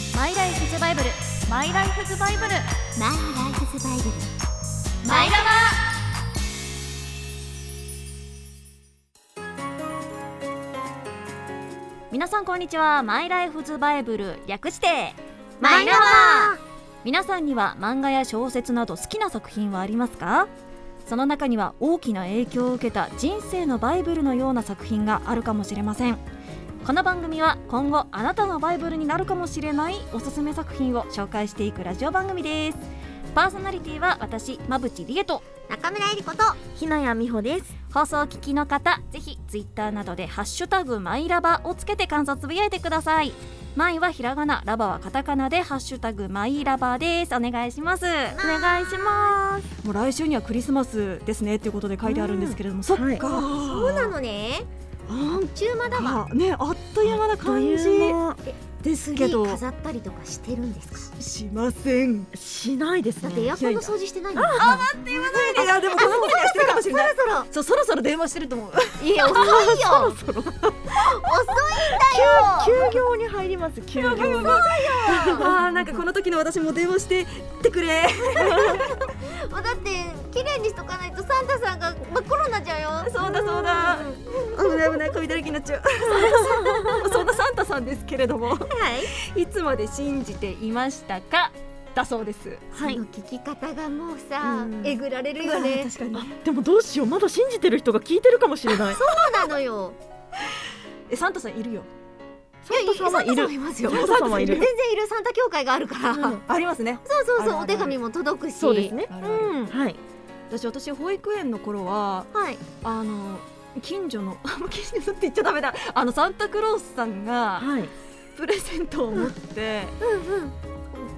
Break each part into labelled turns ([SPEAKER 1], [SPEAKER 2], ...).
[SPEAKER 1] バイブルマイライフズバイブル
[SPEAKER 2] マイライフズバイブル
[SPEAKER 1] マイラバ皆さんこんにちはマイライフズバイブル略してマイラバー皆さんには漫画や小説など好きな作品はありますかその中には大きな影響を受けた人生のバイブルのような作品があるかもしれませんこの番組は今後あなたのバイブルになるかもしれないおすすめ作品を紹介していくラジオ番組ですパーソナリティは私馬淵理恵と
[SPEAKER 2] 中村えりこと
[SPEAKER 1] ひなやみほです放送を聞きの方ぜひツイッターなどでハッシュタグマイラバをつけて感想つぶやいてくださいマイはひらがなラバはカタカナでハッシュタグマイラバですお願いします
[SPEAKER 2] お願いします
[SPEAKER 1] もう来週にはクリスマスですねっていうことで書いてあるんですけれども、そっか、
[SPEAKER 3] はい
[SPEAKER 2] そうなのね
[SPEAKER 1] あん
[SPEAKER 2] 中間だわ
[SPEAKER 1] かねあっという間な感じです
[SPEAKER 2] ツリ
[SPEAKER 1] けど
[SPEAKER 2] ー飾ったりとかしてるんですか
[SPEAKER 1] しません
[SPEAKER 3] しないです
[SPEAKER 2] だ
[SPEAKER 3] ね
[SPEAKER 2] ってエアコンの掃除してないのそ
[SPEAKER 1] いやでもこの子がしてるかもしれない
[SPEAKER 2] ろそろ
[SPEAKER 1] そうそろそろ電話してると思う
[SPEAKER 2] いや遅いよ
[SPEAKER 3] そろそろ
[SPEAKER 2] 遅いんだよ
[SPEAKER 3] 休業に入ります休業
[SPEAKER 1] あーなんかこの時の私も電話してってくれ
[SPEAKER 2] もうだって綺麗にしとかないとサンタさんが真っ黒になっちゃうよ
[SPEAKER 1] そうだそうだ
[SPEAKER 2] ん
[SPEAKER 1] 危ない危ない飛びだらけになっちゃう そんなサンタさんですけれども
[SPEAKER 2] はい
[SPEAKER 1] いつまで信じていましたかだそうです
[SPEAKER 2] その聞き方がもうさ、
[SPEAKER 1] うん
[SPEAKER 2] えぐられるよね
[SPEAKER 1] 確かに
[SPEAKER 3] でもどうしようまだ信じてる人が聞いてるかもしれない
[SPEAKER 2] そうなのよ
[SPEAKER 1] えサンタさんいるよ
[SPEAKER 3] サンタさんはい
[SPEAKER 2] や
[SPEAKER 3] る
[SPEAKER 2] いいますよ
[SPEAKER 3] サンタさんはい
[SPEAKER 2] 全
[SPEAKER 3] る
[SPEAKER 2] 然いるサンタ協会があるから、
[SPEAKER 3] うん
[SPEAKER 1] ありますね
[SPEAKER 2] そうそうそう
[SPEAKER 1] あるある
[SPEAKER 2] お手紙も届くし
[SPEAKER 3] そうですね
[SPEAKER 1] あるある
[SPEAKER 2] うん
[SPEAKER 3] はい
[SPEAKER 1] 私私保育園の頃は
[SPEAKER 2] はい
[SPEAKER 1] あの近所の あもう近所のって言っちゃダメだあのサンタクロースさんが
[SPEAKER 3] はい
[SPEAKER 1] プレゼントを持って、
[SPEAKER 2] うんうん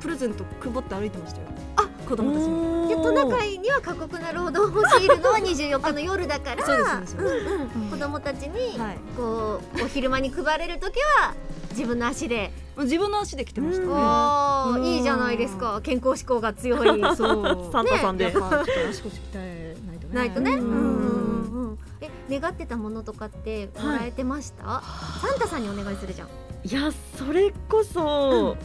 [SPEAKER 1] プレゼント配って歩いてましたよ
[SPEAKER 2] あ
[SPEAKER 1] 子供たちに
[SPEAKER 2] でトナカイには過酷な労働を強い るのは24日の夜だから
[SPEAKER 1] そうですそうです
[SPEAKER 2] うんうん
[SPEAKER 1] うん
[SPEAKER 2] 子供たちに、
[SPEAKER 1] はい
[SPEAKER 2] こうお昼間に配れる時は自分の足で、
[SPEAKER 1] もう自分の足で来てました
[SPEAKER 2] お
[SPEAKER 3] うん
[SPEAKER 1] ね、
[SPEAKER 2] ー
[SPEAKER 1] うん
[SPEAKER 2] いいじゃないですか健康志向が強 い
[SPEAKER 1] そう
[SPEAKER 3] サンタさんで
[SPEAKER 1] やっぱちょっと足腰鍛えないとね
[SPEAKER 2] ないとね、
[SPEAKER 1] う
[SPEAKER 2] う
[SPEAKER 1] ん
[SPEAKER 2] うんんうん、え願ってたものとかってもらえてました、サンタさんにお願いするじゃん
[SPEAKER 3] いやそれこそ、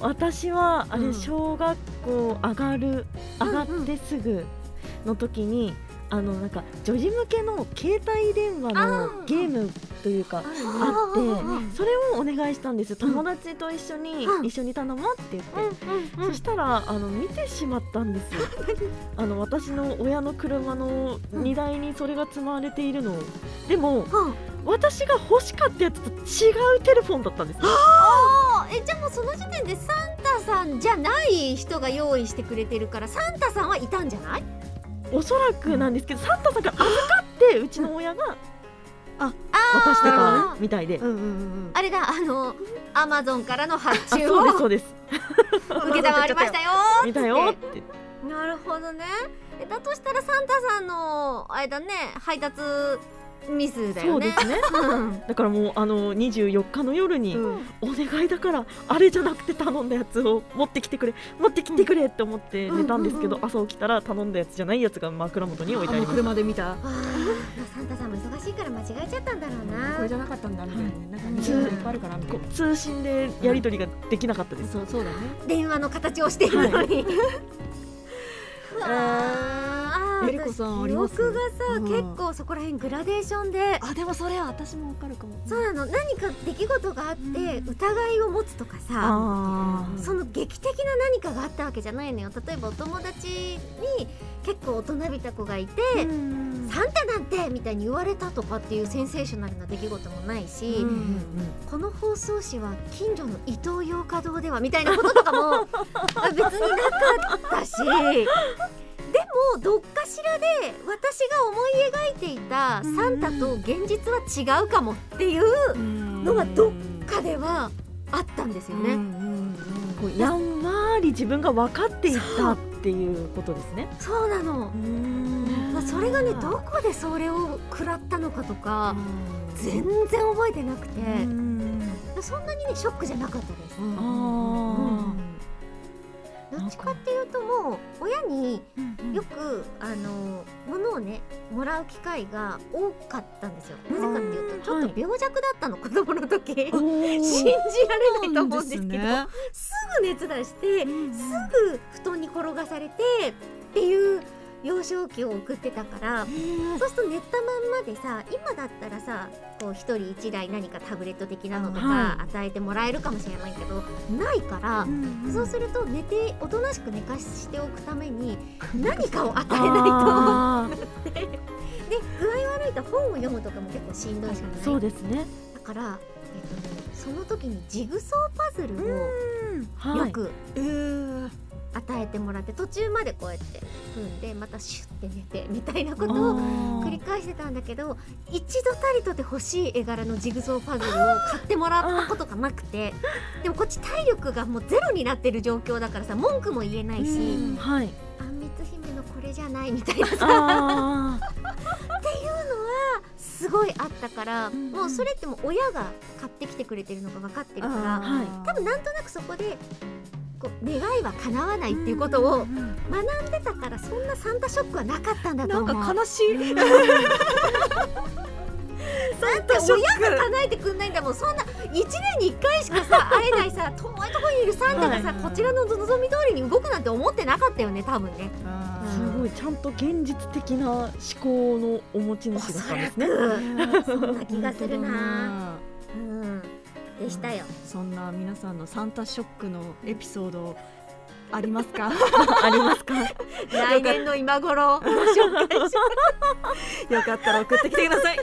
[SPEAKER 3] 私はあ
[SPEAKER 2] う
[SPEAKER 3] れ
[SPEAKER 2] ん
[SPEAKER 3] 小学校上がる
[SPEAKER 2] うん
[SPEAKER 3] 上がってすぐの時に、あのなんか女児向けの携帯電話
[SPEAKER 2] あ
[SPEAKER 3] の
[SPEAKER 2] ー
[SPEAKER 3] ゲームというか
[SPEAKER 2] あ
[SPEAKER 3] あって
[SPEAKER 2] うん
[SPEAKER 3] それをお願いしたんですよ友達と一緒に、
[SPEAKER 2] うん
[SPEAKER 3] 一緒に頼もうって言って、
[SPEAKER 2] うんうん
[SPEAKER 3] そしたらあの見てしまった んですよあの私の親の車の荷台にそれが積まれているのをでも
[SPEAKER 2] うん
[SPEAKER 3] 私が欲しかったやつと違うテレフォンだったんですよ
[SPEAKER 2] あーえじゃあもうその時点でサンタさんじゃない人が用意してくれてるからサンタさんはいたんじゃない
[SPEAKER 3] おそらくなんですけど、サンタさんから預かってうちの親が渡して
[SPEAKER 2] あ
[SPEAKER 3] たみたいで、
[SPEAKER 1] うんうんうん
[SPEAKER 2] あれだあのアマゾンからの発
[SPEAKER 3] あ
[SPEAKER 2] 注
[SPEAKER 3] そうです
[SPEAKER 2] を
[SPEAKER 3] そうです
[SPEAKER 2] 受けたまわりましたよ
[SPEAKER 3] 見たよって
[SPEAKER 2] なるほどねえだとしたらサンタさんのあれだね配達ミスだ
[SPEAKER 3] そ
[SPEAKER 2] よ
[SPEAKER 3] うで
[SPEAKER 2] ね
[SPEAKER 3] すね
[SPEAKER 2] うん
[SPEAKER 3] だからもうあの24日の夜に、
[SPEAKER 1] うん
[SPEAKER 3] お願いだからあれじゃなくて頼んだやつを持ってきてくれ持ってきてくれって思って寝たんですけど、
[SPEAKER 2] うんうん
[SPEAKER 3] 朝起きたら頼んだやつじゃないやつが枕元に置いて
[SPEAKER 1] あ
[SPEAKER 3] あ
[SPEAKER 1] の
[SPEAKER 3] りました
[SPEAKER 1] 車で見た
[SPEAKER 2] あーサンタさんも忙しいから間違えちゃったんだろうな
[SPEAKER 1] これじゃなかったんだみたいなねなんか
[SPEAKER 2] うん
[SPEAKER 1] 似てるのいっぱいあるからみたい
[SPEAKER 3] こ
[SPEAKER 1] な
[SPEAKER 3] う通信でやり取りができなかったです、
[SPEAKER 1] そうそうだね
[SPEAKER 2] 電話の形をしているのに、 うわー
[SPEAKER 1] えりこさん
[SPEAKER 2] 私
[SPEAKER 1] あります
[SPEAKER 2] 記憶がさ、
[SPEAKER 1] うん
[SPEAKER 2] 結構そこら辺グラデーションで
[SPEAKER 1] あでもそれは私もわかるかも
[SPEAKER 2] そうなの何か出来事があって、
[SPEAKER 1] うん
[SPEAKER 2] 疑いを持つとかさ
[SPEAKER 3] あ
[SPEAKER 1] ー
[SPEAKER 2] その劇的な何かがあったわけじゃないのよ例えばお友達に結構大人びた子がいて、
[SPEAKER 1] うん
[SPEAKER 2] サンタなんてみたいに言われたとかっていうセンセーショナルな出来事もないし、
[SPEAKER 1] うん
[SPEAKER 2] この放送紙は近所の伊東洋華堂ではみたいなこととかもあ別になかったしでもどっかしらで私が思い描いていたサンタと現実は違うかもっていうのがどっかではあったんですよね。
[SPEAKER 3] こうやんわり自分が分かっていたっていうことですね
[SPEAKER 2] そうなの、まあ、それがねどこでそれを食らったのかとか全然覚えてなくてそんなにねショックじゃなかったです。
[SPEAKER 3] あー
[SPEAKER 2] どっちかっていうともう親によくあの物をねもらう機会が多かったんですよなぜかっていうとちょっと病弱だったの子供の時信じ
[SPEAKER 3] お
[SPEAKER 2] られないと思うんですけど
[SPEAKER 1] ね
[SPEAKER 2] すぐ熱出してすぐ布団に転がされてっていう幼少期を送ってたからそうすると寝たまんまでさ今だったらさこう一人一台何かタブレット的なのと
[SPEAKER 3] は
[SPEAKER 2] か与えてもらえるかもしれないけどないから、そうすると寝ておとなしく寝かしておくために何かを与えない
[SPEAKER 3] あー
[SPEAKER 2] とで具合悪いと本を読むとかも結構しんどいじゃない
[SPEAKER 3] そうですね
[SPEAKER 2] だから、えっとね、その時にジグソーパズルを
[SPEAKER 3] はい
[SPEAKER 2] よく
[SPEAKER 1] えー
[SPEAKER 2] 与えてもらって途中までこうやって組んでまたシュッて寝てみたいなこ
[SPEAKER 3] あ
[SPEAKER 2] とを
[SPEAKER 3] ー
[SPEAKER 2] 繰り返してたんだけど一度たりとて欲しい絵柄のジグソーパズルを買ってもらったことがなくてでもこっち体力がもうゼロになってる状況だからさ文句も言えないし
[SPEAKER 1] うん
[SPEAKER 3] はい
[SPEAKER 2] 「あんみつ姫のこれじゃない」みたいな
[SPEAKER 3] あー
[SPEAKER 2] すごいあったから
[SPEAKER 1] うんうん
[SPEAKER 2] もうそれってもう親が買ってきてくれてるのが分かってるから
[SPEAKER 3] はい
[SPEAKER 2] 多分なんとなくそこでこう願いは叶わないっていうことを学んでたからそんなサンタショックはなかったんだと
[SPEAKER 1] な
[SPEAKER 2] 思
[SPEAKER 1] ん
[SPEAKER 2] う。
[SPEAKER 1] か悲しい
[SPEAKER 2] だって親が叶えてくんないんだもんそんな1年に1回しかさ会えないさ遠いところにいるサンタがさ、
[SPEAKER 1] はい
[SPEAKER 2] こちらの望み通りに動くなんて思ってなかったよね多分ね。
[SPEAKER 3] すごいちゃんと現実的な思考のお持ち主だったんですね。
[SPEAKER 2] そんな気がするな。うん、でしたよ。
[SPEAKER 1] そんな皆さんのサンタショックのエピソードありますか
[SPEAKER 3] ありますか。
[SPEAKER 2] 来年の今頃ご紹介しま
[SPEAKER 1] よかったら送ってきてください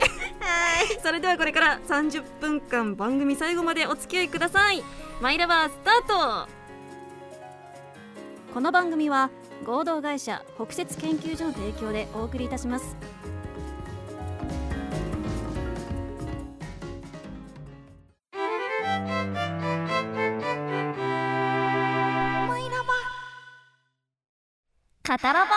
[SPEAKER 2] す。
[SPEAKER 1] それではこれから30分間番組最後までお付き合いくださいマイラバースタートこの番組は合同会社北雪研究所の提供でお送りいたしますカタラバ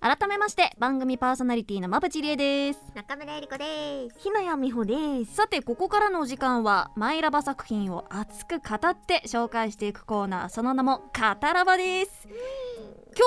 [SPEAKER 1] 改めまして番組パーソナリティのまぶちりえです
[SPEAKER 2] 中村えり子です。
[SPEAKER 1] ひなやみほですさてここからのお時間はマイラバ作品を熱く語って紹介していくコーナーその名も「カタラバ」です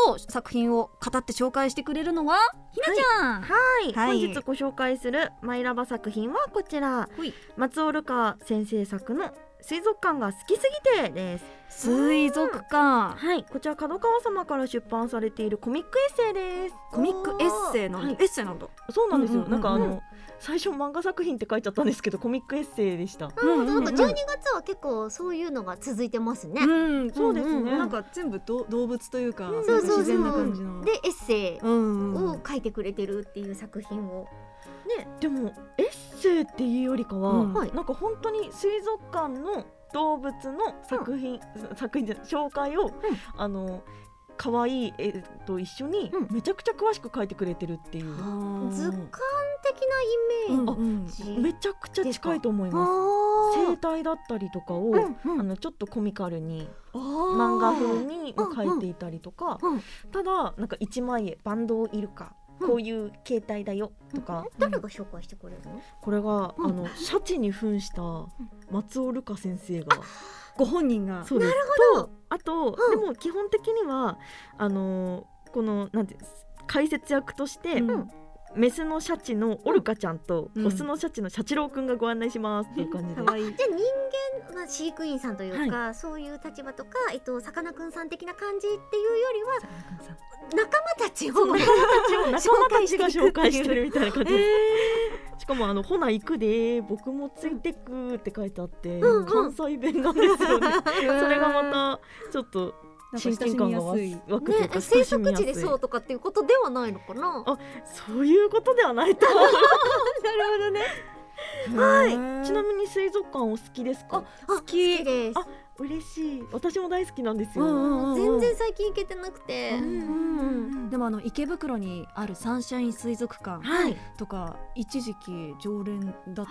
[SPEAKER 1] 今日作品を語って紹介してくれるのはひなちゃん、
[SPEAKER 3] はい、
[SPEAKER 1] はい
[SPEAKER 3] 本日ご紹介するマイラバ作品はこちら
[SPEAKER 1] ほい。
[SPEAKER 3] 松尾ルカ先生作の水族館が好きすぎてです。
[SPEAKER 1] 水族館
[SPEAKER 3] はい、こちら角川様から出版されているコミックエッセイです。
[SPEAKER 1] コミックエッセイなんだ、
[SPEAKER 3] はい
[SPEAKER 1] エッセイなんだ
[SPEAKER 3] そうなんですよ。
[SPEAKER 1] うんうんう
[SPEAKER 3] なんんかあの最初漫画作品って書いちゃったんですけどコミックエッセイでした。
[SPEAKER 2] あーなんか
[SPEAKER 1] うん
[SPEAKER 2] 12月は結構そういうのが続いてますね。
[SPEAKER 1] ん
[SPEAKER 3] そうですね
[SPEAKER 1] なんか全部ど動物というか、
[SPEAKER 3] うん
[SPEAKER 2] そうそうそう
[SPEAKER 1] 自然な感じの
[SPEAKER 2] でエッセイ
[SPEAKER 1] うんうん
[SPEAKER 2] を書いてくれてるっていう作品を。
[SPEAKER 3] でもエッセイっていうよりかは、
[SPEAKER 1] うん
[SPEAKER 2] はい
[SPEAKER 3] なんか本当に水族館の動物の作品、作品じゃない紹介を、あの可愛い絵と一緒に
[SPEAKER 2] うん
[SPEAKER 3] めちゃくちゃ詳しく書いてくれてるっていう、
[SPEAKER 2] 図鑑的なイメー
[SPEAKER 1] うん
[SPEAKER 2] ジ。
[SPEAKER 3] めちゃくちゃ近いと思います
[SPEAKER 2] あ
[SPEAKER 3] 生態だったりとかを、
[SPEAKER 2] うん
[SPEAKER 3] あのちょっとコミカルに
[SPEAKER 1] 漫
[SPEAKER 3] 漫画風に
[SPEAKER 2] うん
[SPEAKER 3] 書いていたりとか、
[SPEAKER 2] うん
[SPEAKER 3] ただなんか一枚絵バンドウイルカ、
[SPEAKER 2] うん
[SPEAKER 3] こういう形態だよとか、
[SPEAKER 2] 誰が紹介してくれるの？
[SPEAKER 3] これが、
[SPEAKER 2] うん
[SPEAKER 3] あのシャチに扮した松尾ルカ先生が、
[SPEAKER 1] ご本人が
[SPEAKER 3] そうです
[SPEAKER 2] ほど
[SPEAKER 3] とあと、
[SPEAKER 2] うん
[SPEAKER 3] でも基本的にはあのーこのなんていうんです解説役として、
[SPEAKER 1] うん
[SPEAKER 3] メスのシャチのオルカちゃんと、
[SPEAKER 1] うん
[SPEAKER 3] オスのシャチのシャチロウくんがご案内しますっていう感じで、
[SPEAKER 1] 可愛い
[SPEAKER 2] じゃあ人間まあ飼育員さんというか、そういう立場とかえっとさかなクンさん的な感じっていうよりは仲間たちを
[SPEAKER 3] 仲間たちが紹介して
[SPEAKER 2] る。
[SPEAKER 3] るみたいな感じです。しかもあのほな行くで僕もついてくって書いてあって、
[SPEAKER 2] うんうん
[SPEAKER 3] 関西弁なんです よね。それがまたちょっと親近感が湧く
[SPEAKER 1] い
[SPEAKER 3] 湧くという
[SPEAKER 2] ね
[SPEAKER 3] か、
[SPEAKER 2] 生
[SPEAKER 3] 親し
[SPEAKER 2] 息
[SPEAKER 3] みや
[SPEAKER 2] 地
[SPEAKER 3] すい
[SPEAKER 2] でそうとかっていうことではないのかな。
[SPEAKER 3] あそういうことではないと思う
[SPEAKER 2] ほどね。
[SPEAKER 1] はい
[SPEAKER 3] ちなみに水族館お好きですか
[SPEAKER 2] あ？好きです。
[SPEAKER 3] あ嬉しい。私も大好きなんですよ。
[SPEAKER 1] うんうん
[SPEAKER 2] 全然最近行けてなくて、
[SPEAKER 1] にでもあの池袋にあるサンシャイン水族館
[SPEAKER 3] はい。
[SPEAKER 1] とか一時期常連だっ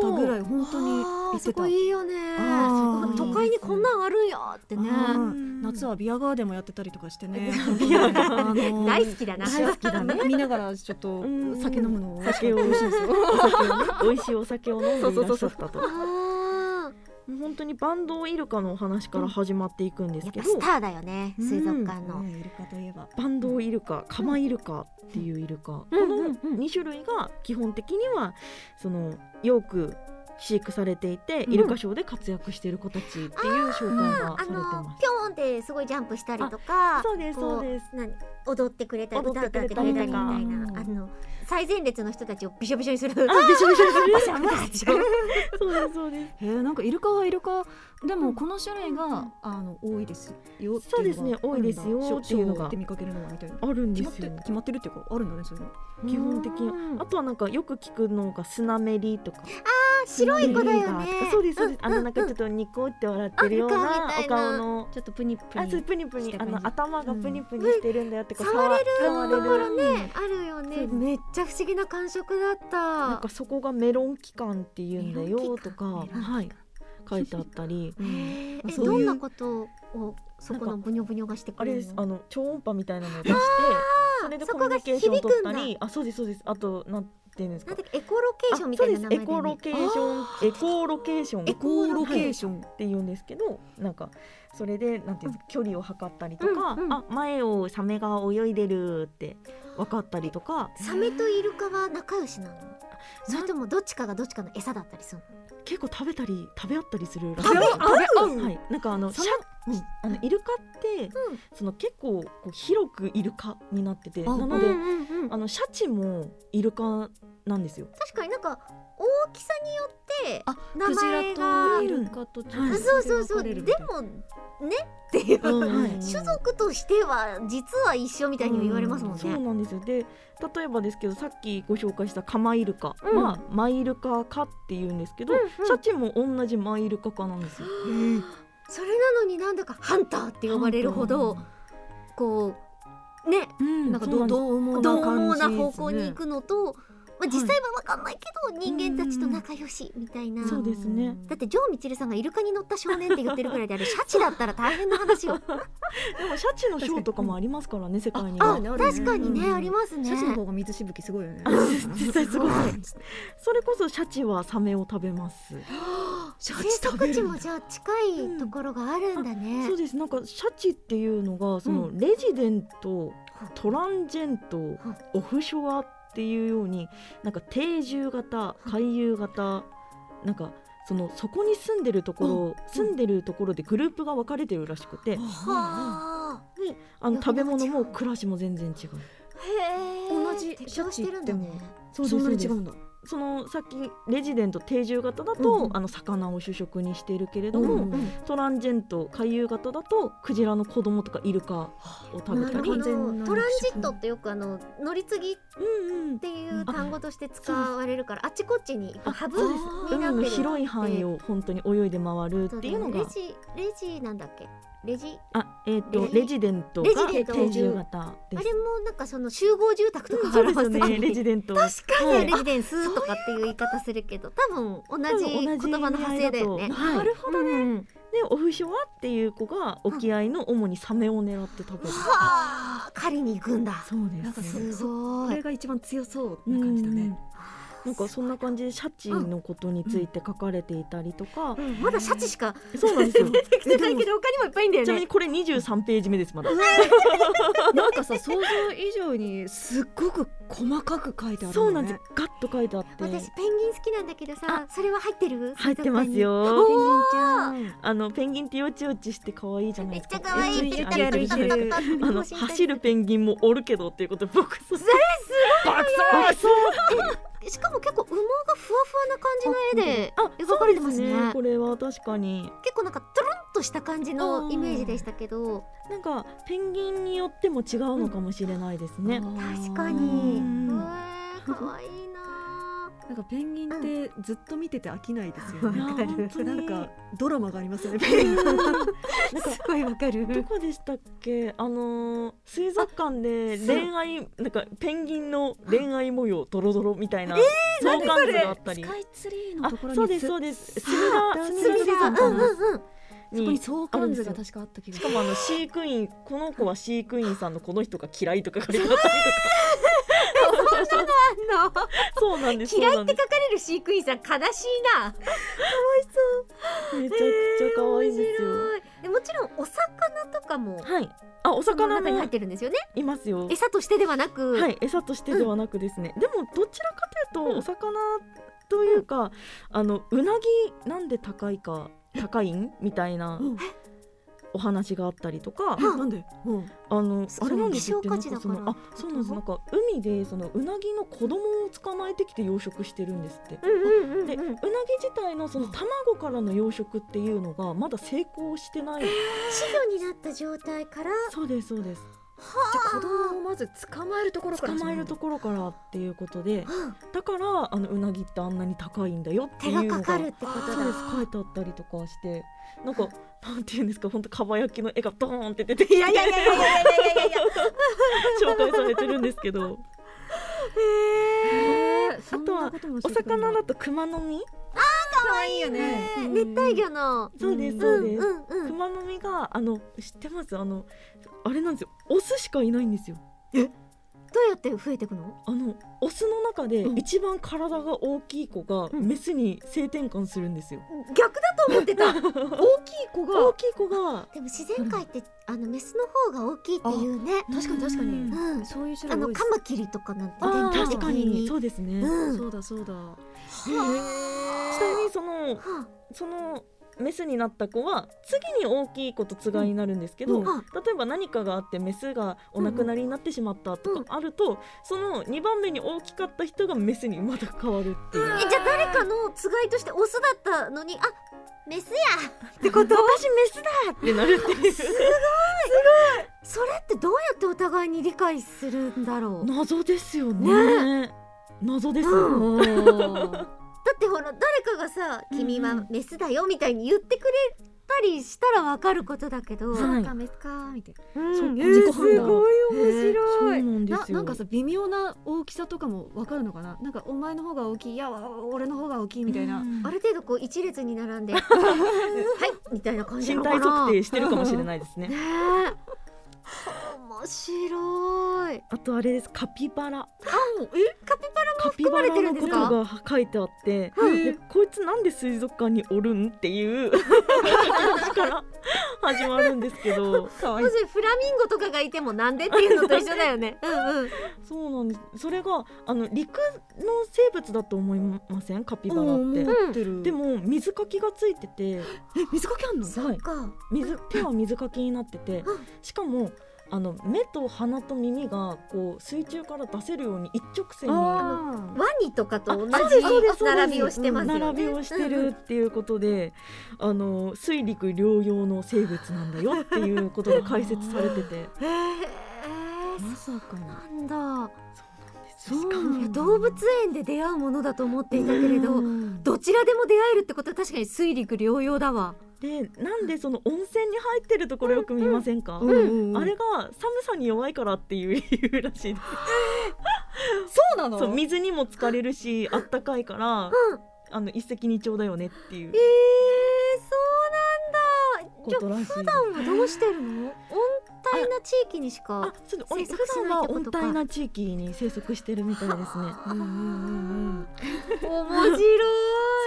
[SPEAKER 3] お
[SPEAKER 1] たぐら
[SPEAKER 3] い。
[SPEAKER 1] い本当に行
[SPEAKER 2] あ
[SPEAKER 1] っ
[SPEAKER 2] ーす
[SPEAKER 1] てた
[SPEAKER 2] ごいいいよね
[SPEAKER 1] あー。
[SPEAKER 2] すごい都会にこんなんあるんやってね。
[SPEAKER 1] うん夏はビアガーデンもやってたりとかしてね
[SPEAKER 3] ビアガーデ
[SPEAKER 1] あのー
[SPEAKER 2] 大好きだ な。
[SPEAKER 1] 大好きだね見ながらちょっと
[SPEAKER 3] うん
[SPEAKER 1] 酒飲むの
[SPEAKER 3] 酒を
[SPEAKER 1] 美味しいですよ
[SPEAKER 3] お酒をね美味しいお酒を飲んでいらっしゃったと。
[SPEAKER 2] あー
[SPEAKER 3] もう本当にバンドウイルカのお話から始まっていくんです
[SPEAKER 2] やっ
[SPEAKER 3] け
[SPEAKER 2] ぱ
[SPEAKER 3] ど、
[SPEAKER 2] スターだよね
[SPEAKER 3] うん
[SPEAKER 2] 水族館の、
[SPEAKER 1] ねイルカといえば
[SPEAKER 3] バンドウイルカカマイルカっていうイルカ、
[SPEAKER 2] うんうん
[SPEAKER 3] この2種類が基本的にはそのよく飼育されていて、
[SPEAKER 4] うん
[SPEAKER 3] イルカショーで活躍している子たちっていう紹介がさ
[SPEAKER 2] あ
[SPEAKER 3] れて
[SPEAKER 2] の
[SPEAKER 3] ます。
[SPEAKER 2] ピョーンってすごいジャンプしたりとか
[SPEAKER 3] そうです
[SPEAKER 2] こ
[SPEAKER 3] そうです
[SPEAKER 2] 何踊ってくれたり
[SPEAKER 3] 踊
[SPEAKER 2] 歌
[SPEAKER 3] って
[SPEAKER 2] 歌
[SPEAKER 3] く
[SPEAKER 2] って
[SPEAKER 3] れ
[SPEAKER 2] く
[SPEAKER 3] た
[SPEAKER 2] れ
[SPEAKER 3] り
[SPEAKER 2] た
[SPEAKER 3] とか
[SPEAKER 2] りみたいなあの最前列の人たちをびしょびしょにするびし
[SPEAKER 3] あびしょびしょにする
[SPEAKER 2] ょびしょ
[SPEAKER 3] そうですそうです。
[SPEAKER 4] へえなんかイルカはイルカで
[SPEAKER 3] う
[SPEAKER 4] も
[SPEAKER 3] ん
[SPEAKER 4] この種類が、あの多いですよっていのが
[SPEAKER 3] そうですね多いですよ
[SPEAKER 4] あるんだ
[SPEAKER 3] っていうのが
[SPEAKER 4] ショーで見かけるのはみたいな
[SPEAKER 3] あるんで
[SPEAKER 4] 決まっ
[SPEAKER 3] す
[SPEAKER 4] て
[SPEAKER 3] よ。
[SPEAKER 4] 決まってるっていうかあるんだねそういうの
[SPEAKER 3] 基本的に
[SPEAKER 4] うん
[SPEAKER 3] あとはなんかよく聞くのがスナメリとか
[SPEAKER 2] 白い子だよね
[SPEAKER 3] スナメリがそうですそうです、あのなんかちょ
[SPEAKER 2] っ
[SPEAKER 3] っとニコって笑ってるよう
[SPEAKER 2] あニコみ
[SPEAKER 3] な
[SPEAKER 2] たい
[SPEAKER 3] お
[SPEAKER 2] な
[SPEAKER 3] 顔の
[SPEAKER 1] ちょっとプニプ
[SPEAKER 3] あそう
[SPEAKER 1] ニ
[SPEAKER 3] プニプ
[SPEAKER 1] し
[SPEAKER 3] ニ
[SPEAKER 1] た
[SPEAKER 3] あ
[SPEAKER 1] 感じ
[SPEAKER 3] の頭がプニプニしてるんだよってこう
[SPEAKER 2] 触れる
[SPEAKER 3] 触
[SPEAKER 2] ところ
[SPEAKER 3] れる
[SPEAKER 2] ねあるよねめっちゃ不思議な感触だっ
[SPEAKER 3] なん
[SPEAKER 2] た
[SPEAKER 3] かそこがメロン期間っていうんだよとか
[SPEAKER 1] メロン期間
[SPEAKER 3] はい書いてあっ たり
[SPEAKER 1] う
[SPEAKER 2] へ
[SPEAKER 1] ん
[SPEAKER 2] ー
[SPEAKER 1] まあ
[SPEAKER 2] え
[SPEAKER 1] そう
[SPEAKER 2] ど
[SPEAKER 1] いうん
[SPEAKER 2] なことをそこのブニョブニョがしてく
[SPEAKER 3] あれ
[SPEAKER 2] れ
[SPEAKER 3] で
[SPEAKER 2] る
[SPEAKER 3] すあ
[SPEAKER 2] の
[SPEAKER 3] の超音波みたいなのを出してそれで
[SPEAKER 2] そ
[SPEAKER 3] コ
[SPEAKER 2] こ
[SPEAKER 3] ミュ
[SPEAKER 2] が
[SPEAKER 3] ニケーション
[SPEAKER 2] 響
[SPEAKER 3] 取っ
[SPEAKER 2] くん
[SPEAKER 3] た
[SPEAKER 2] だなん
[SPEAKER 3] りあそうですそうですあとなんていうんですか
[SPEAKER 2] だっけエコロケーションみたいな名前だよね
[SPEAKER 3] あそうですエコロケーションエコロケーション
[SPEAKER 4] エコーロケーション、
[SPEAKER 3] って言うんですけどなんかそれでなんていうんですか、距離を測ったりとか、
[SPEAKER 2] うんうん
[SPEAKER 3] あ前をサメが泳いでるって分かったりとか
[SPEAKER 2] サメとイルカは仲良しなのそれともどっちかがどっちかの餌だったりする
[SPEAKER 3] 結構食べたり食べ合ったりするらしい
[SPEAKER 4] 食べ合う
[SPEAKER 3] はい、なんかあのシ
[SPEAKER 4] サ
[SPEAKER 3] ャ
[SPEAKER 4] メ
[SPEAKER 3] うんあのイルカって
[SPEAKER 2] の、うん、
[SPEAKER 3] その結構こう広くイルカになってて
[SPEAKER 4] あ
[SPEAKER 3] なので、あのシャチもイルカなんですよ。
[SPEAKER 2] 確かになんか大きさによって
[SPEAKER 4] あ
[SPEAKER 2] 名
[SPEAKER 1] ク
[SPEAKER 2] 前が
[SPEAKER 1] ジラとイルカとちょっと
[SPEAKER 3] うん
[SPEAKER 2] あそうそうそうで
[SPEAKER 1] 分かれる
[SPEAKER 2] も
[SPEAKER 1] みたいな
[SPEAKER 2] ねっていう、
[SPEAKER 3] うんはい
[SPEAKER 2] 種族としては実は一緒みたいに言われますもんね、
[SPEAKER 3] そうなんですよで例えばですけどさっきご紹介したカマイルカはマイルカ科っていうんですけど、
[SPEAKER 2] うんうん
[SPEAKER 3] シャチも同じマイルカ科なんですよ。
[SPEAKER 2] それなのになんだかハンターって呼ばれるほどこうね
[SPEAKER 3] うん
[SPEAKER 4] なんか
[SPEAKER 3] そう
[SPEAKER 4] どど
[SPEAKER 3] で
[SPEAKER 4] う思う
[SPEAKER 2] 獰
[SPEAKER 4] な
[SPEAKER 2] 猛
[SPEAKER 4] 感じ
[SPEAKER 2] な方向に行くのと、まあ、
[SPEAKER 3] い
[SPEAKER 2] 実際は分かんないけど、人間たちと仲良しみたいな、
[SPEAKER 3] すそうですね。
[SPEAKER 2] だってジョー・ミチルさんがイルカに乗った少年って言ってるぐらいであれシャチだったら大変な話よ
[SPEAKER 3] でもシャチのショーとかもありますからね世界に
[SPEAKER 2] あ
[SPEAKER 3] は。
[SPEAKER 2] 確かにね、ありますね
[SPEAKER 1] シャチの方が水しぶきすごいよね
[SPEAKER 3] 実際すごい。それこそシャチはサメを食べます。
[SPEAKER 1] シ
[SPEAKER 2] 生息地もじゃあ近いところがあるんだね、
[SPEAKER 3] そうです。なんかシャチっていうのがそのレジデント、トランジェント、オフショアっていうようになんか定住型、回遊型なんかそのそこに住んでるところ、住んでるところでグループが分かれてるらしくて、
[SPEAKER 2] はあ
[SPEAKER 3] あの
[SPEAKER 2] 呼
[SPEAKER 3] 食
[SPEAKER 2] び
[SPEAKER 3] べ
[SPEAKER 2] 名が違う
[SPEAKER 3] 物も暮らしも全然違う。
[SPEAKER 2] へえ
[SPEAKER 1] 同じ
[SPEAKER 2] 適
[SPEAKER 1] シャ
[SPEAKER 2] 応
[SPEAKER 1] チ
[SPEAKER 2] してるんだね
[SPEAKER 1] でも
[SPEAKER 3] そ
[SPEAKER 1] そんなに違うんだ
[SPEAKER 3] そのさっきレジデント定住型だと、
[SPEAKER 1] うんうん
[SPEAKER 3] あの魚を主食にしているけれど
[SPEAKER 1] ど
[SPEAKER 3] も、
[SPEAKER 1] うも
[SPEAKER 3] トランジェント回遊型だとクジラの子供とかイルカを食べ
[SPEAKER 2] な
[SPEAKER 3] た
[SPEAKER 2] る
[SPEAKER 3] り、
[SPEAKER 2] ほ
[SPEAKER 3] う
[SPEAKER 2] ど
[SPEAKER 3] ん
[SPEAKER 2] トランジットってよくあの乗り継ぎっ
[SPEAKER 3] うん、
[SPEAKER 2] ていう単語として使われるからあっちこっちに行く
[SPEAKER 3] あ
[SPEAKER 2] ハブ
[SPEAKER 3] そうです
[SPEAKER 2] になっ
[SPEAKER 3] 海
[SPEAKER 2] て
[SPEAKER 3] の
[SPEAKER 2] る
[SPEAKER 3] 広い範囲を本当に泳いで回る
[SPEAKER 2] そ
[SPEAKER 3] っ
[SPEAKER 2] う
[SPEAKER 3] て
[SPEAKER 2] だ
[SPEAKER 3] いうの
[SPEAKER 2] よね
[SPEAKER 3] が
[SPEAKER 2] レジレジなんだっけレジ
[SPEAKER 3] あ、えっと
[SPEAKER 2] レジ
[SPEAKER 3] レジデントが
[SPEAKER 2] レジデント
[SPEAKER 3] 定住型で
[SPEAKER 2] あ
[SPEAKER 3] す
[SPEAKER 2] れ。もなんかその集合住宅とか
[SPEAKER 3] そ
[SPEAKER 2] あ
[SPEAKER 3] うで
[SPEAKER 2] ります
[SPEAKER 3] よ
[SPEAKER 2] す
[SPEAKER 3] ね、レジデント。
[SPEAKER 2] 確
[SPEAKER 3] は
[SPEAKER 2] か
[SPEAKER 3] い
[SPEAKER 2] にレジデンスとかっていう言い方するけど多分同じ
[SPEAKER 3] 多
[SPEAKER 2] 言
[SPEAKER 3] 分
[SPEAKER 2] 葉の派生だよね
[SPEAKER 3] 同じ意味合いだとはいなるほどね
[SPEAKER 2] うん
[SPEAKER 3] で、オフショアっていう子が沖合の主にサメを狙って食べる。
[SPEAKER 2] はあ狩りに行くんだ
[SPEAKER 3] そうです
[SPEAKER 1] なんか
[SPEAKER 3] ね。
[SPEAKER 2] すご
[SPEAKER 1] これ
[SPEAKER 2] い
[SPEAKER 1] が一番強そうな感じだね
[SPEAKER 3] なんかそんな感じでシャチのことについて書かれていたりとか、
[SPEAKER 2] うんまだシャチしか
[SPEAKER 3] そうなんですよ。
[SPEAKER 2] 出てきてないけど他にもいっぱいいんだよ
[SPEAKER 3] ちなみ
[SPEAKER 2] ね
[SPEAKER 3] にこれ二十三ページ目ですまだ。
[SPEAKER 1] なんかさ想像以上にすっごく細かく書いてある
[SPEAKER 3] そう
[SPEAKER 1] だ
[SPEAKER 3] なん
[SPEAKER 1] ね
[SPEAKER 3] です。ガッと書いてあって。
[SPEAKER 2] 私ペンギン好きなんだけどさそれは入ってる
[SPEAKER 3] 入ってます
[SPEAKER 2] 水
[SPEAKER 3] よ。
[SPEAKER 1] ペン
[SPEAKER 2] 族
[SPEAKER 1] ギンちゃん
[SPEAKER 3] あのペンギンってよちよちして可愛いじゃ
[SPEAKER 2] 館にめっ
[SPEAKER 3] ないです
[SPEAKER 2] ち
[SPEAKER 3] か。
[SPEAKER 2] ゃ可愛い
[SPEAKER 1] め
[SPEAKER 2] ペ
[SPEAKER 1] っ
[SPEAKER 2] ン
[SPEAKER 1] ちゃやるいじる
[SPEAKER 2] ギン
[SPEAKER 3] あの走るペンギンもおるけどっていうことで僕そう。爆走爆走。
[SPEAKER 2] しかも結構羽毛がふわふわな感じの絵で
[SPEAKER 3] あ
[SPEAKER 2] 描かれてますね
[SPEAKER 3] そうでこれは確かに。
[SPEAKER 2] 結構なんかトゥルンとした感じのイメージでしたけど
[SPEAKER 3] なんかペンギンによっても違うのかもしれないですね。
[SPEAKER 2] 確かに
[SPEAKER 3] うん
[SPEAKER 2] うわー可愛いな
[SPEAKER 1] なんかペンギンってずっと見てて飽きないですよね。
[SPEAKER 3] わかる
[SPEAKER 1] 本当なんかドラマがありますよね。ペンギン
[SPEAKER 3] なんか
[SPEAKER 1] ごいわかる
[SPEAKER 3] どこでしたっけあのー水族館で恋愛なんかペンギンの恋愛模様ドロドロみたいな相関図があったり
[SPEAKER 1] スカイツリーの
[SPEAKER 3] あ
[SPEAKER 1] ところに
[SPEAKER 3] そうですそう
[SPEAKER 1] そ
[SPEAKER 3] です墨田
[SPEAKER 1] そう
[SPEAKER 2] ーす
[SPEAKER 3] 墨田
[SPEAKER 2] みだ
[SPEAKER 3] 水
[SPEAKER 2] うん
[SPEAKER 3] 族館
[SPEAKER 2] うんうん
[SPEAKER 1] こに
[SPEAKER 3] に
[SPEAKER 1] 相関図が確かあった気が
[SPEAKER 3] し
[SPEAKER 1] す
[SPEAKER 3] か
[SPEAKER 1] る。
[SPEAKER 3] もあの飼育員この子は飼育員さんのこの人が嫌いとか書いてあったりとか
[SPEAKER 2] あんの
[SPEAKER 3] そうなんです。
[SPEAKER 2] 嫌
[SPEAKER 3] そう
[SPEAKER 2] いっ
[SPEAKER 3] なん
[SPEAKER 2] て
[SPEAKER 3] で
[SPEAKER 2] 書かれる飼育員さん悲しいな
[SPEAKER 3] す。めちゃくちゃ可愛いんですよ。
[SPEAKER 2] 面白いでもちろんお魚とかも
[SPEAKER 3] はい。あ、お
[SPEAKER 2] その
[SPEAKER 3] 魚
[SPEAKER 2] 中に
[SPEAKER 3] も
[SPEAKER 2] 入ってるんですよね
[SPEAKER 3] いますよ。
[SPEAKER 2] 餌としてではなく、
[SPEAKER 3] はい、餌としてではなくですね。でもどちらかというとお魚というか、あのうなぎなんで高いか高いんみたいな
[SPEAKER 1] うん
[SPEAKER 3] お話があったりとか、
[SPEAKER 2] はあ
[SPEAKER 1] なんでうん
[SPEAKER 3] あの
[SPEAKER 2] そ
[SPEAKER 3] あ
[SPEAKER 2] う
[SPEAKER 3] れなんですよ
[SPEAKER 2] 希少価値
[SPEAKER 3] なんかそ
[SPEAKER 2] だ
[SPEAKER 3] の
[SPEAKER 2] から
[SPEAKER 3] あそうなんですなんか海でそのうなぎの子供を捕まえてきて養殖してるんですって。
[SPEAKER 2] うんうんうん
[SPEAKER 3] でう
[SPEAKER 2] うん
[SPEAKER 3] なぎ自体のその卵からの養殖っていうのがまだ成功してない、
[SPEAKER 2] 飼料になった状態から
[SPEAKER 3] そうですそうです
[SPEAKER 1] じゃあ子供をまず捕まえるところから
[SPEAKER 3] 捕
[SPEAKER 1] 始
[SPEAKER 3] ま
[SPEAKER 1] ま
[SPEAKER 3] え
[SPEAKER 1] る
[SPEAKER 3] る
[SPEAKER 1] の
[SPEAKER 3] ところからっていうことで
[SPEAKER 2] うん
[SPEAKER 3] だからあのうなぎってあんなに高いんだよってい
[SPEAKER 2] 手
[SPEAKER 3] うの
[SPEAKER 2] が
[SPEAKER 3] が
[SPEAKER 2] かかるってこ
[SPEAKER 3] そ
[SPEAKER 2] と
[SPEAKER 3] うで
[SPEAKER 2] だ
[SPEAKER 3] す書いてあったりとかしてなんかなんていうんですか本当かば焼きの絵がドーンって出てきて 紹
[SPEAKER 2] いやいやいやいやいやいや
[SPEAKER 3] 介されてるんですけど
[SPEAKER 1] へーそ
[SPEAKER 3] あ
[SPEAKER 1] ん
[SPEAKER 3] とは
[SPEAKER 1] なことも教
[SPEAKER 3] お
[SPEAKER 1] えてくれるんだ
[SPEAKER 3] 魚だと熊の実
[SPEAKER 2] 可愛いよね
[SPEAKER 1] うん
[SPEAKER 2] 熱帯魚の
[SPEAKER 3] そうです
[SPEAKER 1] うん
[SPEAKER 3] そううんで
[SPEAKER 2] う
[SPEAKER 3] す、
[SPEAKER 2] んうん
[SPEAKER 3] 熊の実があの知ってますあのあれなんですよオスしかいないんですよ
[SPEAKER 2] どうやって増えていくの
[SPEAKER 3] あのオスの中で
[SPEAKER 1] うん
[SPEAKER 3] 一番体が大きい子が
[SPEAKER 1] ん
[SPEAKER 3] メスに性転換するんですよ、
[SPEAKER 2] 逆だと思ってたでも
[SPEAKER 1] 大きい子
[SPEAKER 3] 大
[SPEAKER 1] が
[SPEAKER 3] きい子が
[SPEAKER 2] 自然界ってあのメスの方が大きいっていうね
[SPEAKER 1] 確かに確か
[SPEAKER 3] う
[SPEAKER 1] に
[SPEAKER 3] ん
[SPEAKER 2] うん
[SPEAKER 1] そういう種
[SPEAKER 2] あ
[SPEAKER 1] 類
[SPEAKER 2] の
[SPEAKER 1] 多いで
[SPEAKER 2] カ
[SPEAKER 1] す
[SPEAKER 2] マキリとかなんて
[SPEAKER 3] あ
[SPEAKER 2] ね
[SPEAKER 3] ー
[SPEAKER 2] 天
[SPEAKER 3] 確
[SPEAKER 2] 気
[SPEAKER 3] かにそうですね、
[SPEAKER 2] うん
[SPEAKER 1] そうだそうだ
[SPEAKER 3] ちなみにその
[SPEAKER 2] は
[SPEAKER 3] そのメスになった子は次に大きい子とつがいになるんですけど、
[SPEAKER 2] うんうん
[SPEAKER 3] 例えば何かがあってメスがお亡くなりになってしまったとかあると、その2番目に大きかった人がメスにまた変わる っていう。
[SPEAKER 2] あえじゃあ誰かのつがいとしてオスだったのにあメスやってこと
[SPEAKER 3] 私メスだってなるっていう
[SPEAKER 2] それってどうやってお互いに理解するんだろうだ
[SPEAKER 3] 謎ですよね謎ですよ、
[SPEAKER 2] う
[SPEAKER 1] おー
[SPEAKER 2] ってほら誰かがさ「
[SPEAKER 3] うん
[SPEAKER 2] 君はメスだよ」みたいに言ってくれたりしたらわかることだけど、
[SPEAKER 3] はい
[SPEAKER 1] そうかメスかみたいな
[SPEAKER 2] うん
[SPEAKER 3] そう
[SPEAKER 2] え
[SPEAKER 3] 自己
[SPEAKER 2] ー
[SPEAKER 3] 判断
[SPEAKER 2] すごい面
[SPEAKER 3] そう
[SPEAKER 2] 白い
[SPEAKER 3] なんで
[SPEAKER 1] な
[SPEAKER 3] すよ
[SPEAKER 1] なんかさ微妙な大きさとかもわかるのかななんかお前の方が大きいいやわ俺の方が大きいみたいな、
[SPEAKER 3] うん
[SPEAKER 2] ある程度こう一列に並ん ではいみたいな感じな
[SPEAKER 3] 身
[SPEAKER 2] のか
[SPEAKER 3] 体
[SPEAKER 2] な
[SPEAKER 3] 測定してるかもしれないですね
[SPEAKER 2] ねえ面白い
[SPEAKER 3] あとあれですカピバラ
[SPEAKER 2] えカピバラ
[SPEAKER 3] カピ
[SPEAKER 2] 含ま
[SPEAKER 3] バ
[SPEAKER 2] れて
[SPEAKER 3] ラ
[SPEAKER 2] るん
[SPEAKER 3] の
[SPEAKER 2] で
[SPEAKER 3] こ
[SPEAKER 2] す
[SPEAKER 3] と
[SPEAKER 2] か
[SPEAKER 3] が書いてあって、
[SPEAKER 2] うん
[SPEAKER 3] でこいつなんで水族館におるんっていう 話から始まるんですけど
[SPEAKER 1] かわ
[SPEAKER 2] 要するにフラミンゴとかがいてもなんでっていうのと一緒だよ ねうんうん
[SPEAKER 3] そうなんですそれがあの陸の生物だと思いませんカピバラって、
[SPEAKER 2] うん
[SPEAKER 1] てる
[SPEAKER 3] でも水かきがついてて、
[SPEAKER 1] え水かけあんの
[SPEAKER 3] はい、
[SPEAKER 2] か
[SPEAKER 3] 水手は水かきになってて
[SPEAKER 2] うん
[SPEAKER 3] しかもあの目と鼻と耳がこう水中から出せるように一直線に
[SPEAKER 1] あ
[SPEAKER 2] ワニとかと同じ
[SPEAKER 3] あそうですそうですそうです
[SPEAKER 2] 並びをしてますよね
[SPEAKER 3] 並びをしてるっていうことで、あの水陸両用の生物なんだよっていうことが解説されてて
[SPEAKER 2] へ
[SPEAKER 1] ー
[SPEAKER 2] え
[SPEAKER 1] まさかの
[SPEAKER 2] なんだ
[SPEAKER 3] そうなんです
[SPEAKER 1] そうなんだ
[SPEAKER 2] いや動物園で出会うものだと思っていた けれど
[SPEAKER 1] うん
[SPEAKER 2] どちらでも出会えるってことは確かに水陸両用だわ
[SPEAKER 3] でなんでその温泉に入ってるところよく見ませんか、
[SPEAKER 1] うんうんうん
[SPEAKER 3] あれが寒さに弱いからっていう理由らしいです
[SPEAKER 1] そうなの
[SPEAKER 3] そう水にも浸かれるしあったかいから
[SPEAKER 2] うん
[SPEAKER 3] あの一石二鳥だよねっていう
[SPEAKER 2] えー、そうなんだ
[SPEAKER 3] こ
[SPEAKER 2] じゃ
[SPEAKER 3] とらしいです
[SPEAKER 2] あ普段はどうしてるの温帯な地域にしか
[SPEAKER 3] あそうですお
[SPEAKER 2] 生
[SPEAKER 3] 普
[SPEAKER 2] 息しない
[SPEAKER 3] 段
[SPEAKER 2] って
[SPEAKER 3] は
[SPEAKER 2] こ
[SPEAKER 3] 温
[SPEAKER 2] とか
[SPEAKER 3] 帯な地域に生息してるみたいですね
[SPEAKER 1] うんうんうんうん
[SPEAKER 2] 面白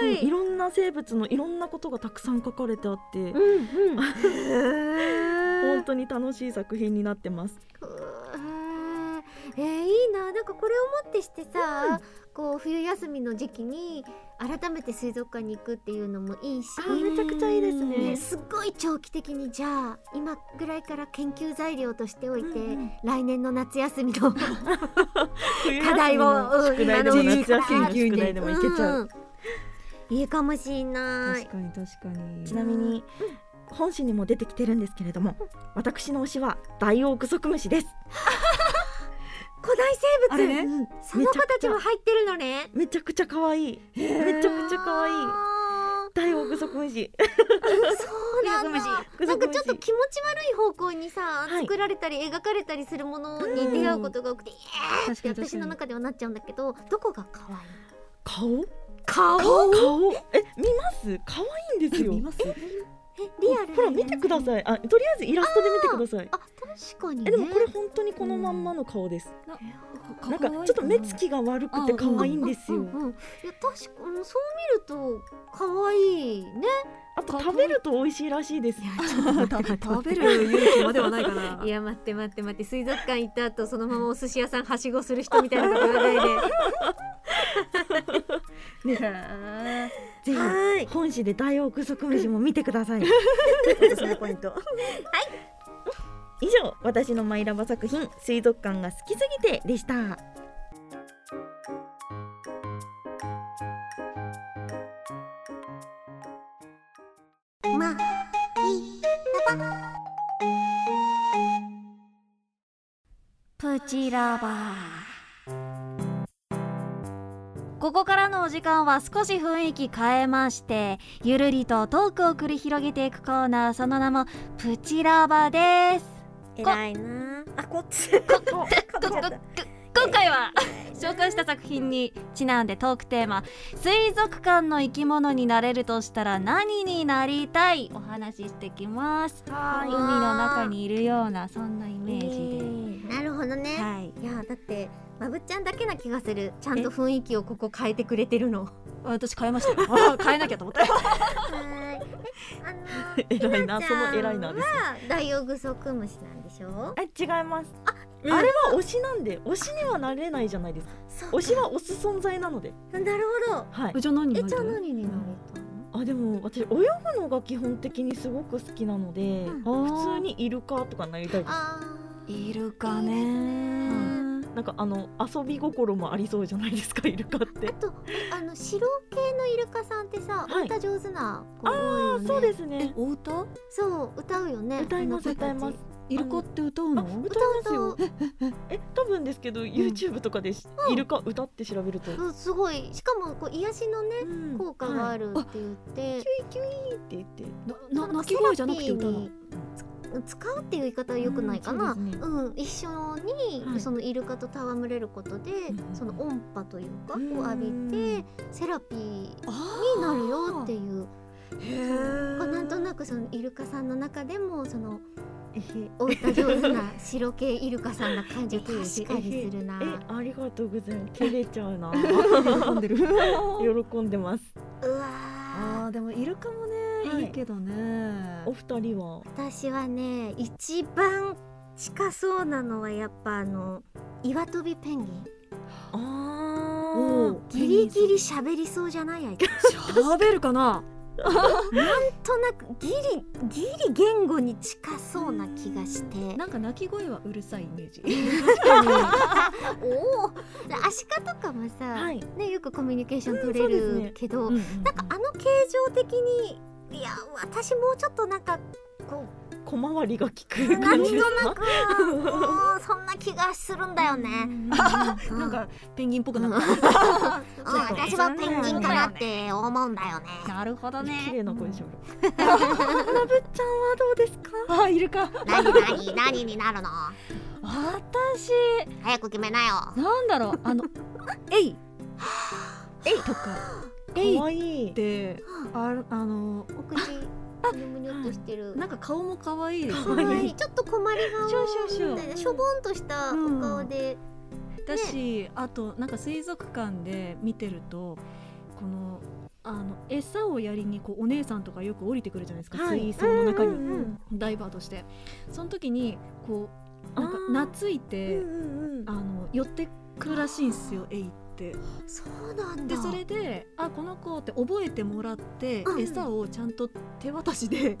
[SPEAKER 3] そう
[SPEAKER 2] い
[SPEAKER 3] いろんな生物のいろんなことがたくさん書かれてあって、
[SPEAKER 2] うんうん
[SPEAKER 3] 本当に楽しい作品になってます。
[SPEAKER 2] うーえー、いいななんかこれをもってしてさ、こう冬休みの時期に改めて水族館に行くっていうのもいいし、
[SPEAKER 3] めちゃくちゃいいです
[SPEAKER 2] ね、
[SPEAKER 3] ね
[SPEAKER 2] すっごい長期的にじゃあ今ぐらいから研究材料としておいて、
[SPEAKER 3] うんうん
[SPEAKER 2] 来年の夏休みの
[SPEAKER 3] 課
[SPEAKER 2] 課題をうん
[SPEAKER 3] 宿題でも
[SPEAKER 2] 今のうち
[SPEAKER 3] 夏
[SPEAKER 2] から
[SPEAKER 3] 休みの宿題でもいけちゃう。
[SPEAKER 2] うんいいかもしれない
[SPEAKER 1] 確かに確かに
[SPEAKER 3] ちなみに本誌にも出てきてるんですけれども、私の推しはダイオウグソクムシです。
[SPEAKER 2] 古代
[SPEAKER 1] あ
[SPEAKER 2] 生
[SPEAKER 1] れ
[SPEAKER 2] 物、
[SPEAKER 1] ね
[SPEAKER 2] その子たちも入ってるのね
[SPEAKER 3] めちゃくちゃ可愛い。めちゃくちゃ可愛い。
[SPEAKER 2] あー
[SPEAKER 3] ダイオウグソクムシ。
[SPEAKER 2] そうなんだ
[SPEAKER 3] グ
[SPEAKER 2] な
[SPEAKER 3] ソ
[SPEAKER 2] ん
[SPEAKER 3] ク
[SPEAKER 2] か
[SPEAKER 3] ムシ
[SPEAKER 2] ちょっと気持ち悪い方向にさ、
[SPEAKER 3] はい
[SPEAKER 2] 作られたり描かれたりするものに出会うことが多くて、イエーって
[SPEAKER 1] 確かに確か
[SPEAKER 2] 私
[SPEAKER 1] に
[SPEAKER 2] の中ではなっちゃうんだけどどこが可愛い
[SPEAKER 3] 顔？
[SPEAKER 2] 顔
[SPEAKER 3] 顔？え見ます？可愛いんですよ
[SPEAKER 1] 見。ます
[SPEAKER 2] えリアル
[SPEAKER 3] ほら見てください。あとりあえずイラストで見てください。
[SPEAKER 2] あ確確かにね
[SPEAKER 3] えでもこれ本当にこのまんまの顔です、
[SPEAKER 4] な
[SPEAKER 3] なんかちょっと目つきが悪くて可愛いんですよ、
[SPEAKER 2] うんうんうん、いや確かうんそう見ると可愛いね
[SPEAKER 3] あと食べると美味しいらしいです
[SPEAKER 1] 食べる勇気まではないかな
[SPEAKER 2] いや待って待って待って水族館行った後そのままお寿司屋さんはしごする人みたいなこと言わないで
[SPEAKER 1] ね
[SPEAKER 3] ぜ
[SPEAKER 2] はい
[SPEAKER 3] ひ本誌で大奥足虫も見てくだ さい私のポイントはい以上私のマイラバ作品水族館が好きすぎてでした
[SPEAKER 2] まあ
[SPEAKER 4] プチラバーここからのお時間は少し雰囲気変えましてゆるりとトークを繰り広げていくコーナーその名もプチラバーです
[SPEAKER 5] 偉いなあこっちこっ
[SPEAKER 4] ここ今回は 紹介した作品にちなんでトークテーマ「水族館の生き物になれるとしたら何になりたい?」お話ししてきます海の中にいるようなそんなイメージ
[SPEAKER 2] なるほどね、
[SPEAKER 4] で、はい、
[SPEAKER 2] い、やだってまぶっちゃんだけな気がするちゃんと雰囲気をここ変えてくれてるの
[SPEAKER 1] 私変えましたよあー変えなきゃと思って
[SPEAKER 2] はいえあの
[SPEAKER 3] 偉いな
[SPEAKER 2] ひ
[SPEAKER 3] そ
[SPEAKER 2] なちゃん
[SPEAKER 3] の偉いなです
[SPEAKER 2] はダイオウグソクムシなんでしょ
[SPEAKER 3] あ違いますあれは推しなんで推しにはなれないじゃないですか
[SPEAKER 2] そう
[SPEAKER 3] 推しは推す存在なので
[SPEAKER 2] なるほど
[SPEAKER 3] はい
[SPEAKER 1] じゃあ何
[SPEAKER 2] え
[SPEAKER 1] に
[SPEAKER 2] じゃあ
[SPEAKER 1] なる
[SPEAKER 2] 何になりたい
[SPEAKER 3] あでも私泳ぐのが基本的にすごく好きなので、
[SPEAKER 2] ん
[SPEAKER 3] 普通にイルカとかなりたいです
[SPEAKER 2] あ
[SPEAKER 1] いるか
[SPEAKER 2] いいです
[SPEAKER 1] ね
[SPEAKER 3] なんかあの遊び心もありそうじゃないですかイルカっ
[SPEAKER 2] ー
[SPEAKER 3] て
[SPEAKER 2] あとえあの白系のイルカさんってさ、
[SPEAKER 3] はい
[SPEAKER 2] 歌上手な子多いよね
[SPEAKER 3] そうですね
[SPEAKER 1] お歌
[SPEAKER 2] そう歌うよね
[SPEAKER 3] 歌います
[SPEAKER 2] あの子たち
[SPEAKER 3] 歌います
[SPEAKER 1] イルカって歌う
[SPEAKER 3] あ
[SPEAKER 1] の
[SPEAKER 3] 歌い
[SPEAKER 2] 歌
[SPEAKER 3] ますよえ多分ですけど YouTube とかでしイルカ歌って調べると、
[SPEAKER 2] うんすごいしかもこう癒しのね
[SPEAKER 3] うん
[SPEAKER 2] 効果が
[SPEAKER 3] は
[SPEAKER 2] あ
[SPEAKER 3] い
[SPEAKER 2] るって言って、
[SPEAKER 3] キュイキュイって言って
[SPEAKER 1] なな鳴き声じゃなくて歌うの
[SPEAKER 2] セラピーにつ使うっていう言い方は良くないかな、う
[SPEAKER 3] うんんそうです
[SPEAKER 2] 一緒に、
[SPEAKER 3] はい
[SPEAKER 2] そのイルカと戯れることで、
[SPEAKER 3] うん
[SPEAKER 2] その音波というか、
[SPEAKER 3] うん
[SPEAKER 2] を浴びてセラピーになるよって いうこうなんとなくそのイルカさんの中でもその
[SPEAKER 3] えへ
[SPEAKER 2] お歌上手な白系イルカさんな感じを確かにするな。
[SPEAKER 3] えありがとうございます照れちゃ うな
[SPEAKER 1] 喜んでる
[SPEAKER 3] 喜んでます
[SPEAKER 2] うわー
[SPEAKER 1] あーでもイルカもね、、
[SPEAKER 3] はいい
[SPEAKER 1] いけどね
[SPEAKER 3] お二人は
[SPEAKER 2] 私はね一番近そうなのはやっぱあの岩飛びペンギン
[SPEAKER 3] あー
[SPEAKER 1] おー
[SPEAKER 2] ギリギリ喋りそうじゃないあいつ
[SPEAKER 1] 喋るかな
[SPEAKER 2] なんとなくギリギリ言語に近そうな気がして
[SPEAKER 1] なんか鳴き声はうるさいイメージ
[SPEAKER 2] おおアシカとかもさ、
[SPEAKER 3] はい
[SPEAKER 2] ね、よくコミュニケーション取
[SPEAKER 3] う
[SPEAKER 2] れ
[SPEAKER 3] んそうです
[SPEAKER 2] る
[SPEAKER 3] ね
[SPEAKER 2] けど、なんかあの形状的にいや私もうちょっとなんかこう
[SPEAKER 3] 小回りが利
[SPEAKER 2] な
[SPEAKER 3] く
[SPEAKER 2] ん
[SPEAKER 3] 感
[SPEAKER 2] と
[SPEAKER 3] じです
[SPEAKER 2] な
[SPEAKER 3] か
[SPEAKER 2] くうんそんな気がするんだよ ね。う
[SPEAKER 1] なんかペンギンっぽくなった、
[SPEAKER 2] うん私はペンギンかなって思うんだ よね。
[SPEAKER 4] なるほど
[SPEAKER 3] 綺
[SPEAKER 4] ね
[SPEAKER 3] 麗な声でしょなぶっちゃんはどうで すか
[SPEAKER 1] あーイルカ
[SPEAKER 2] 何何何になるの？
[SPEAKER 1] 私
[SPEAKER 2] 早く決めなよ。
[SPEAKER 1] なんだ ろうあのエイエイと かエイっ
[SPEAKER 3] 可愛い
[SPEAKER 1] てああの
[SPEAKER 2] お口むにょむにょっとしてる。
[SPEAKER 1] なんか顔も可愛いです
[SPEAKER 2] 可
[SPEAKER 1] ね
[SPEAKER 2] 愛いちょっと困り
[SPEAKER 1] シュシュシュ
[SPEAKER 2] 顔でしょぼんとしたお顔で、
[SPEAKER 1] だし、あとなんか水族館で見てるとこのあの餌をやりにこうお姉さんとかよく降りてくるじゃないですか、
[SPEAKER 3] はい
[SPEAKER 1] 水槽の中に、
[SPEAKER 3] うんうんうん
[SPEAKER 1] ダイバーとしてその時にこうなんか
[SPEAKER 3] あー
[SPEAKER 1] 懐いて、
[SPEAKER 3] うん
[SPEAKER 1] あの寄ってくらしいんですよエイって。
[SPEAKER 2] そうなん
[SPEAKER 1] で
[SPEAKER 2] だ。
[SPEAKER 1] それであこの子って覚えてもらって、
[SPEAKER 2] うん
[SPEAKER 1] 餌をちゃんと手渡しで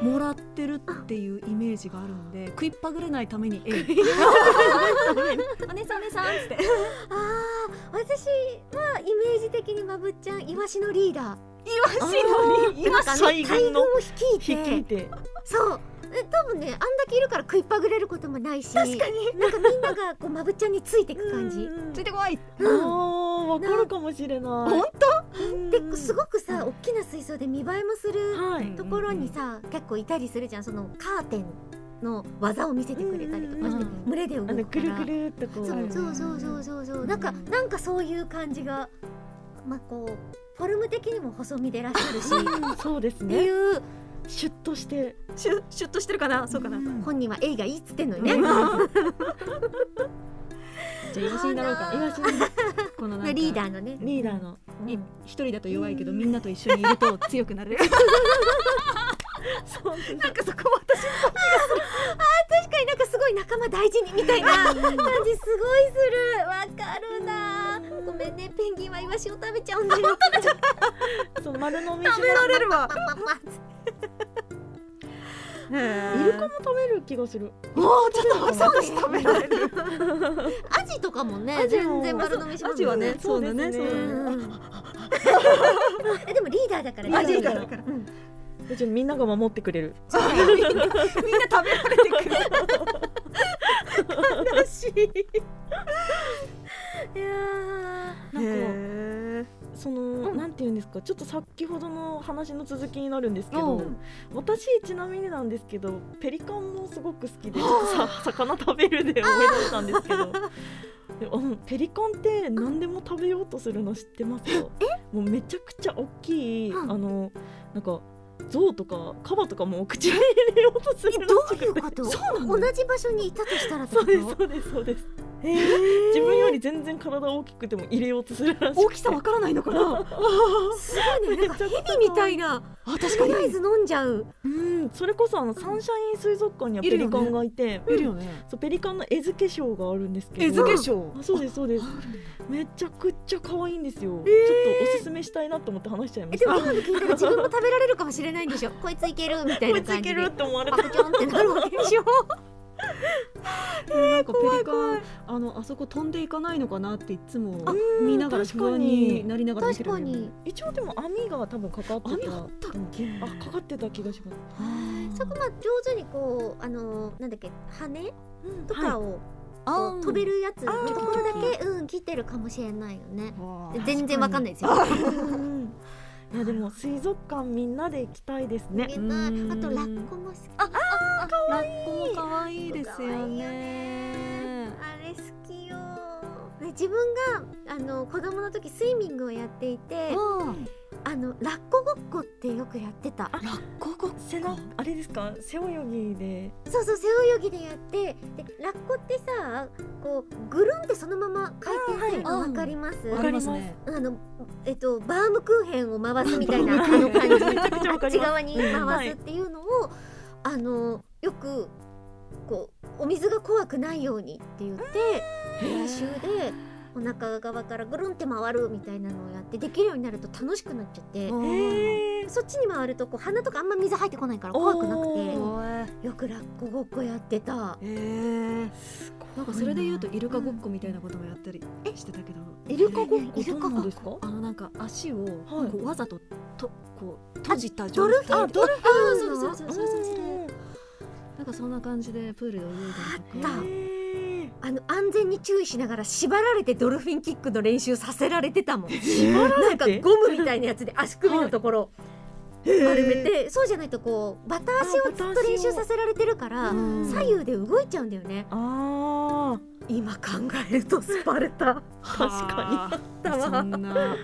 [SPEAKER 1] もらってるっていうイメージがあるんで食いっぱぐれないためにエイお姉さんお姉さんっつって
[SPEAKER 2] ああ私はイメージ的にまぶっちゃんイワシのリーダ
[SPEAKER 3] あ
[SPEAKER 2] ー。なんかね
[SPEAKER 3] 最
[SPEAKER 2] 大
[SPEAKER 3] 近
[SPEAKER 2] 群
[SPEAKER 3] の
[SPEAKER 2] を率い
[SPEAKER 3] 引い
[SPEAKER 2] て、
[SPEAKER 3] て
[SPEAKER 2] そう。え多分ねあんだけいるから食いっぱぐれることもないし、確かになんかみんながこうまぶっちゃんについていく感じ。
[SPEAKER 1] ついてこい
[SPEAKER 3] あーわかるかもしれない
[SPEAKER 1] 本
[SPEAKER 3] うん
[SPEAKER 2] ですごくさ大きな水槽で見栄えもする
[SPEAKER 3] はい
[SPEAKER 2] ところにさ、結構いたりするじゃんそのカーテンの技を見せてくれたりとかし
[SPEAKER 1] う
[SPEAKER 2] て、
[SPEAKER 1] んうん
[SPEAKER 2] 群れで動
[SPEAKER 3] あ
[SPEAKER 2] くか
[SPEAKER 3] のぐる
[SPEAKER 2] ら
[SPEAKER 3] ぐるっとこう
[SPEAKER 2] そう
[SPEAKER 1] る
[SPEAKER 2] そうそうそうそうそうなんか
[SPEAKER 1] うん
[SPEAKER 2] なんかそういう感じが まあこうフォルム的にも細身でらっしゃるしっ
[SPEAKER 3] うんそうです
[SPEAKER 2] てい
[SPEAKER 3] ね
[SPEAKER 2] う
[SPEAKER 3] シュッとして
[SPEAKER 1] シュシュッとしてるかなそうかな、
[SPEAKER 3] ん
[SPEAKER 2] 本人は A がいいっつってんのにね、
[SPEAKER 1] うん
[SPEAKER 3] じゃあイワシになろうかなイワシに
[SPEAKER 1] このなんか
[SPEAKER 2] リーダーのね
[SPEAKER 3] リーダーの
[SPEAKER 1] い一人だと弱いけどみんなと一緒にいると強くなるなんかそこも私
[SPEAKER 2] 確かになんかすごい仲間大事にみたいな感じすごいするわかるなごめんねペンギンはイワシを食べちゃうんだよ
[SPEAKER 3] そう丸飲みしな
[SPEAKER 1] 食べられるわ
[SPEAKER 2] パパパ
[SPEAKER 3] イルカも食べる気がする
[SPEAKER 1] もうちょっと私食べられる
[SPEAKER 2] アジとかもね
[SPEAKER 3] アジも
[SPEAKER 2] 全然丸飲みします
[SPEAKER 1] 味
[SPEAKER 2] よ
[SPEAKER 1] は
[SPEAKER 2] ね
[SPEAKER 1] ねそうだね
[SPEAKER 3] そ
[SPEAKER 1] そうう
[SPEAKER 3] で
[SPEAKER 1] だ
[SPEAKER 3] すね
[SPEAKER 1] ね
[SPEAKER 2] えでもリーダーだから
[SPEAKER 3] アジ
[SPEAKER 1] 味
[SPEAKER 3] だ
[SPEAKER 1] だ
[SPEAKER 3] か
[SPEAKER 1] から
[SPEAKER 3] でちょっとみんなが守ってくれる
[SPEAKER 1] みんな食べられてくる
[SPEAKER 2] 悲しいいやー
[SPEAKER 3] なんかその、なんていうんですかちょっと先ほどの話の続きになるんですけど、
[SPEAKER 4] うん
[SPEAKER 3] 私ちなみになんですけどペリカンもすごく好き でちょっとさ魚食べるで思い出したんですけ ど。であのペリカンって何でも食べようとするの知ってますかもうめちゃくちゃ大きい、
[SPEAKER 2] うん
[SPEAKER 3] あのなんか象とかカバとかもお口に入れようとする
[SPEAKER 2] え
[SPEAKER 3] ら
[SPEAKER 2] どう
[SPEAKER 3] し
[SPEAKER 2] い
[SPEAKER 3] く
[SPEAKER 2] う
[SPEAKER 3] て
[SPEAKER 2] こと
[SPEAKER 3] そうなの
[SPEAKER 2] 同じ場所にいたとしたらって
[SPEAKER 3] そ
[SPEAKER 2] こ
[SPEAKER 3] う
[SPEAKER 2] と
[SPEAKER 3] ですそうですそうです、自分より全然体大きくても入れようとするらしくて
[SPEAKER 1] 大きさわからないのかな
[SPEAKER 2] すごいねなんかヘビみたいな
[SPEAKER 1] あ確
[SPEAKER 2] とりあえず飲んじゃう
[SPEAKER 3] うん、それこそあのサンシャイン水族館にはペリカンがいて、
[SPEAKER 1] いるよね
[SPEAKER 3] そうペリカンの絵付けショーがあるんですけど
[SPEAKER 1] 絵付け賞
[SPEAKER 3] あそうですそうですめちゃくちゃ可愛いんですよ、ちょっとおすすめしたいなと思って話しちゃいま
[SPEAKER 2] え
[SPEAKER 3] し
[SPEAKER 2] でも
[SPEAKER 3] た
[SPEAKER 2] 今の聞いたら自分も食べられるかもしれないんでしょこいついけるみたい
[SPEAKER 3] こ
[SPEAKER 2] ない
[SPEAKER 3] つ
[SPEAKER 2] 感
[SPEAKER 3] い
[SPEAKER 2] じ
[SPEAKER 3] け
[SPEAKER 2] で
[SPEAKER 3] るって思われた
[SPEAKER 2] パクチョンってなるわけで しょ
[SPEAKER 1] なんかペリカンあのあそこ飛んでいかないのかなっていつも見ながら
[SPEAKER 3] 確
[SPEAKER 1] 不
[SPEAKER 3] か
[SPEAKER 1] 安
[SPEAKER 3] に
[SPEAKER 1] になりながら見て
[SPEAKER 2] 確
[SPEAKER 1] る
[SPEAKER 2] か
[SPEAKER 1] んだよ
[SPEAKER 2] に
[SPEAKER 1] ね
[SPEAKER 3] 一応でも網が多分かかってた
[SPEAKER 1] 網あったっけ
[SPEAKER 3] あかかってた気がします
[SPEAKER 2] そこまあ上手にこうあのーなんだっけ羽とかを
[SPEAKER 4] あ
[SPEAKER 2] こう飛べ
[SPEAKER 4] る
[SPEAKER 2] るやつの
[SPEAKER 3] あー
[SPEAKER 2] ところだけうん切ってるかもしれないよね
[SPEAKER 1] わあ
[SPEAKER 2] 全然わかんないですよ
[SPEAKER 3] うんいやでも水族館みんなで行きたいですね
[SPEAKER 2] いけないあ
[SPEAKER 4] うん
[SPEAKER 2] とラッコも好きあ
[SPEAKER 4] ラッコも可愛いですよね
[SPEAKER 2] れ好きよね自分があの子供の時スイミングをやっていて
[SPEAKER 4] うん
[SPEAKER 2] あのラッコごっこってよくやってた
[SPEAKER 3] あここ背中あれですか背泳ぎで
[SPEAKER 2] そうそう背泳ぎでやってでラッコってさこうぐるんってそのまま回転する
[SPEAKER 4] あー
[SPEAKER 2] の
[SPEAKER 4] はい
[SPEAKER 2] わかります
[SPEAKER 3] わ
[SPEAKER 4] わ
[SPEAKER 3] か
[SPEAKER 4] か
[SPEAKER 3] り
[SPEAKER 4] り
[SPEAKER 3] ま
[SPEAKER 4] ま
[SPEAKER 3] ね
[SPEAKER 4] すすね
[SPEAKER 2] あのえっとバームクーヘンを回すみたいな
[SPEAKER 3] バ
[SPEAKER 2] あ
[SPEAKER 3] ーム
[SPEAKER 2] の
[SPEAKER 3] クー
[SPEAKER 2] 感
[SPEAKER 3] ヘン
[SPEAKER 2] じ
[SPEAKER 3] めちゃくちゃわ
[SPEAKER 2] あ
[SPEAKER 3] か
[SPEAKER 2] っ
[SPEAKER 3] り
[SPEAKER 2] ち
[SPEAKER 3] ます
[SPEAKER 2] 側に
[SPEAKER 3] うんは
[SPEAKER 2] 回
[SPEAKER 3] い
[SPEAKER 2] すっていうのを、あのよくこうお水が怖くないようにって言って練習でお腹側からぐるんって回るみたいなのをやってできるようになると楽しくなっちゃって
[SPEAKER 3] えー
[SPEAKER 2] そっちに回るとこう鼻とかあんま水入ってこないから怖くなくてよくラッコごっこやってた
[SPEAKER 1] えーなんかそれで言うとイルカごっこみたいなこともやったりしてたけど
[SPEAKER 3] イルカごっ
[SPEAKER 2] いやいや
[SPEAKER 3] こ
[SPEAKER 2] イルカごっこ
[SPEAKER 3] どうなんですか
[SPEAKER 1] あのなんか足を
[SPEAKER 3] はい
[SPEAKER 1] こうわざととこう閉じた
[SPEAKER 2] ド
[SPEAKER 1] 状
[SPEAKER 2] ル
[SPEAKER 1] 態
[SPEAKER 2] フィン
[SPEAKER 1] あ
[SPEAKER 2] ドル
[SPEAKER 1] あそうそうそううそうそうそれ
[SPEAKER 3] ん
[SPEAKER 1] なんかそんな感じでプールで泳いだりと
[SPEAKER 2] あっ
[SPEAKER 1] か
[SPEAKER 2] た
[SPEAKER 3] えー
[SPEAKER 2] あの安全に注意しながら縛られてドルフィンキックの練習させられてたもん
[SPEAKER 3] 縛ら
[SPEAKER 2] な
[SPEAKER 3] れ
[SPEAKER 2] んか
[SPEAKER 3] て
[SPEAKER 2] ゴムみたいなやつで足首のところ丸めてそうじゃないとこうバタ足をずっと練習させられてるから
[SPEAKER 1] うん
[SPEAKER 2] 左右で動いちゃうんだよね
[SPEAKER 3] あ
[SPEAKER 2] 今考えるとスパルタ
[SPEAKER 3] 確か
[SPEAKER 2] にあったわ
[SPEAKER 1] そんな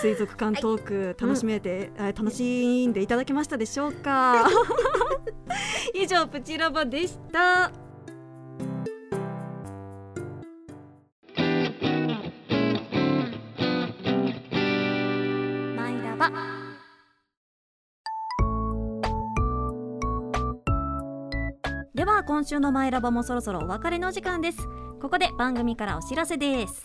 [SPEAKER 1] 水族館トーク楽しめて、あ楽しんでいただけましたでしょうか 以上プチラバでした
[SPEAKER 4] マイラバでは今週のマイラバもそろそろお別れの時間ですここで番組からお知らせです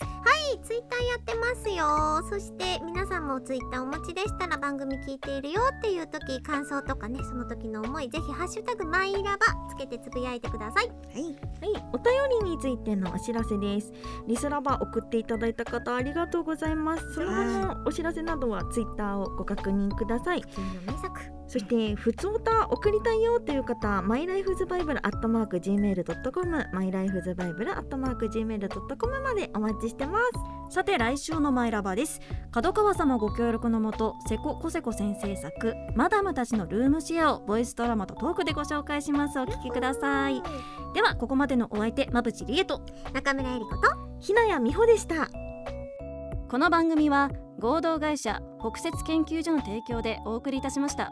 [SPEAKER 2] ツイッターやってますよそして皆さんもツイッターお持ちでしたら番組聞いているよっていう時感想とかねその時の思いぜひハッシュタグマイラバつけてつぶやいてください
[SPEAKER 5] はい、お便りについてのお知らせです。リスラバ送っていただいた方ありがとうございます。その後のお知らせなどはツイッターをご確認ください。
[SPEAKER 2] 君の名作
[SPEAKER 5] そして、ふつおた送りたいよという方、マイライフズバイブルアットマーク gmail.com、マイライフズバイブルアットマーク gmail.com までお待ちしてます。
[SPEAKER 4] さて来週のマイラバです角川様ご協力のもと瀬古コセコ先生作マダムたちのルームシェアをボイスドラマとトークでご紹介しますお聞きくださいではここまでのお相手まぶちりえと
[SPEAKER 2] 中村えり子と
[SPEAKER 5] ひなやみほでした。
[SPEAKER 4] この番組は合同会社北雪研究所の提供でお送りいたしました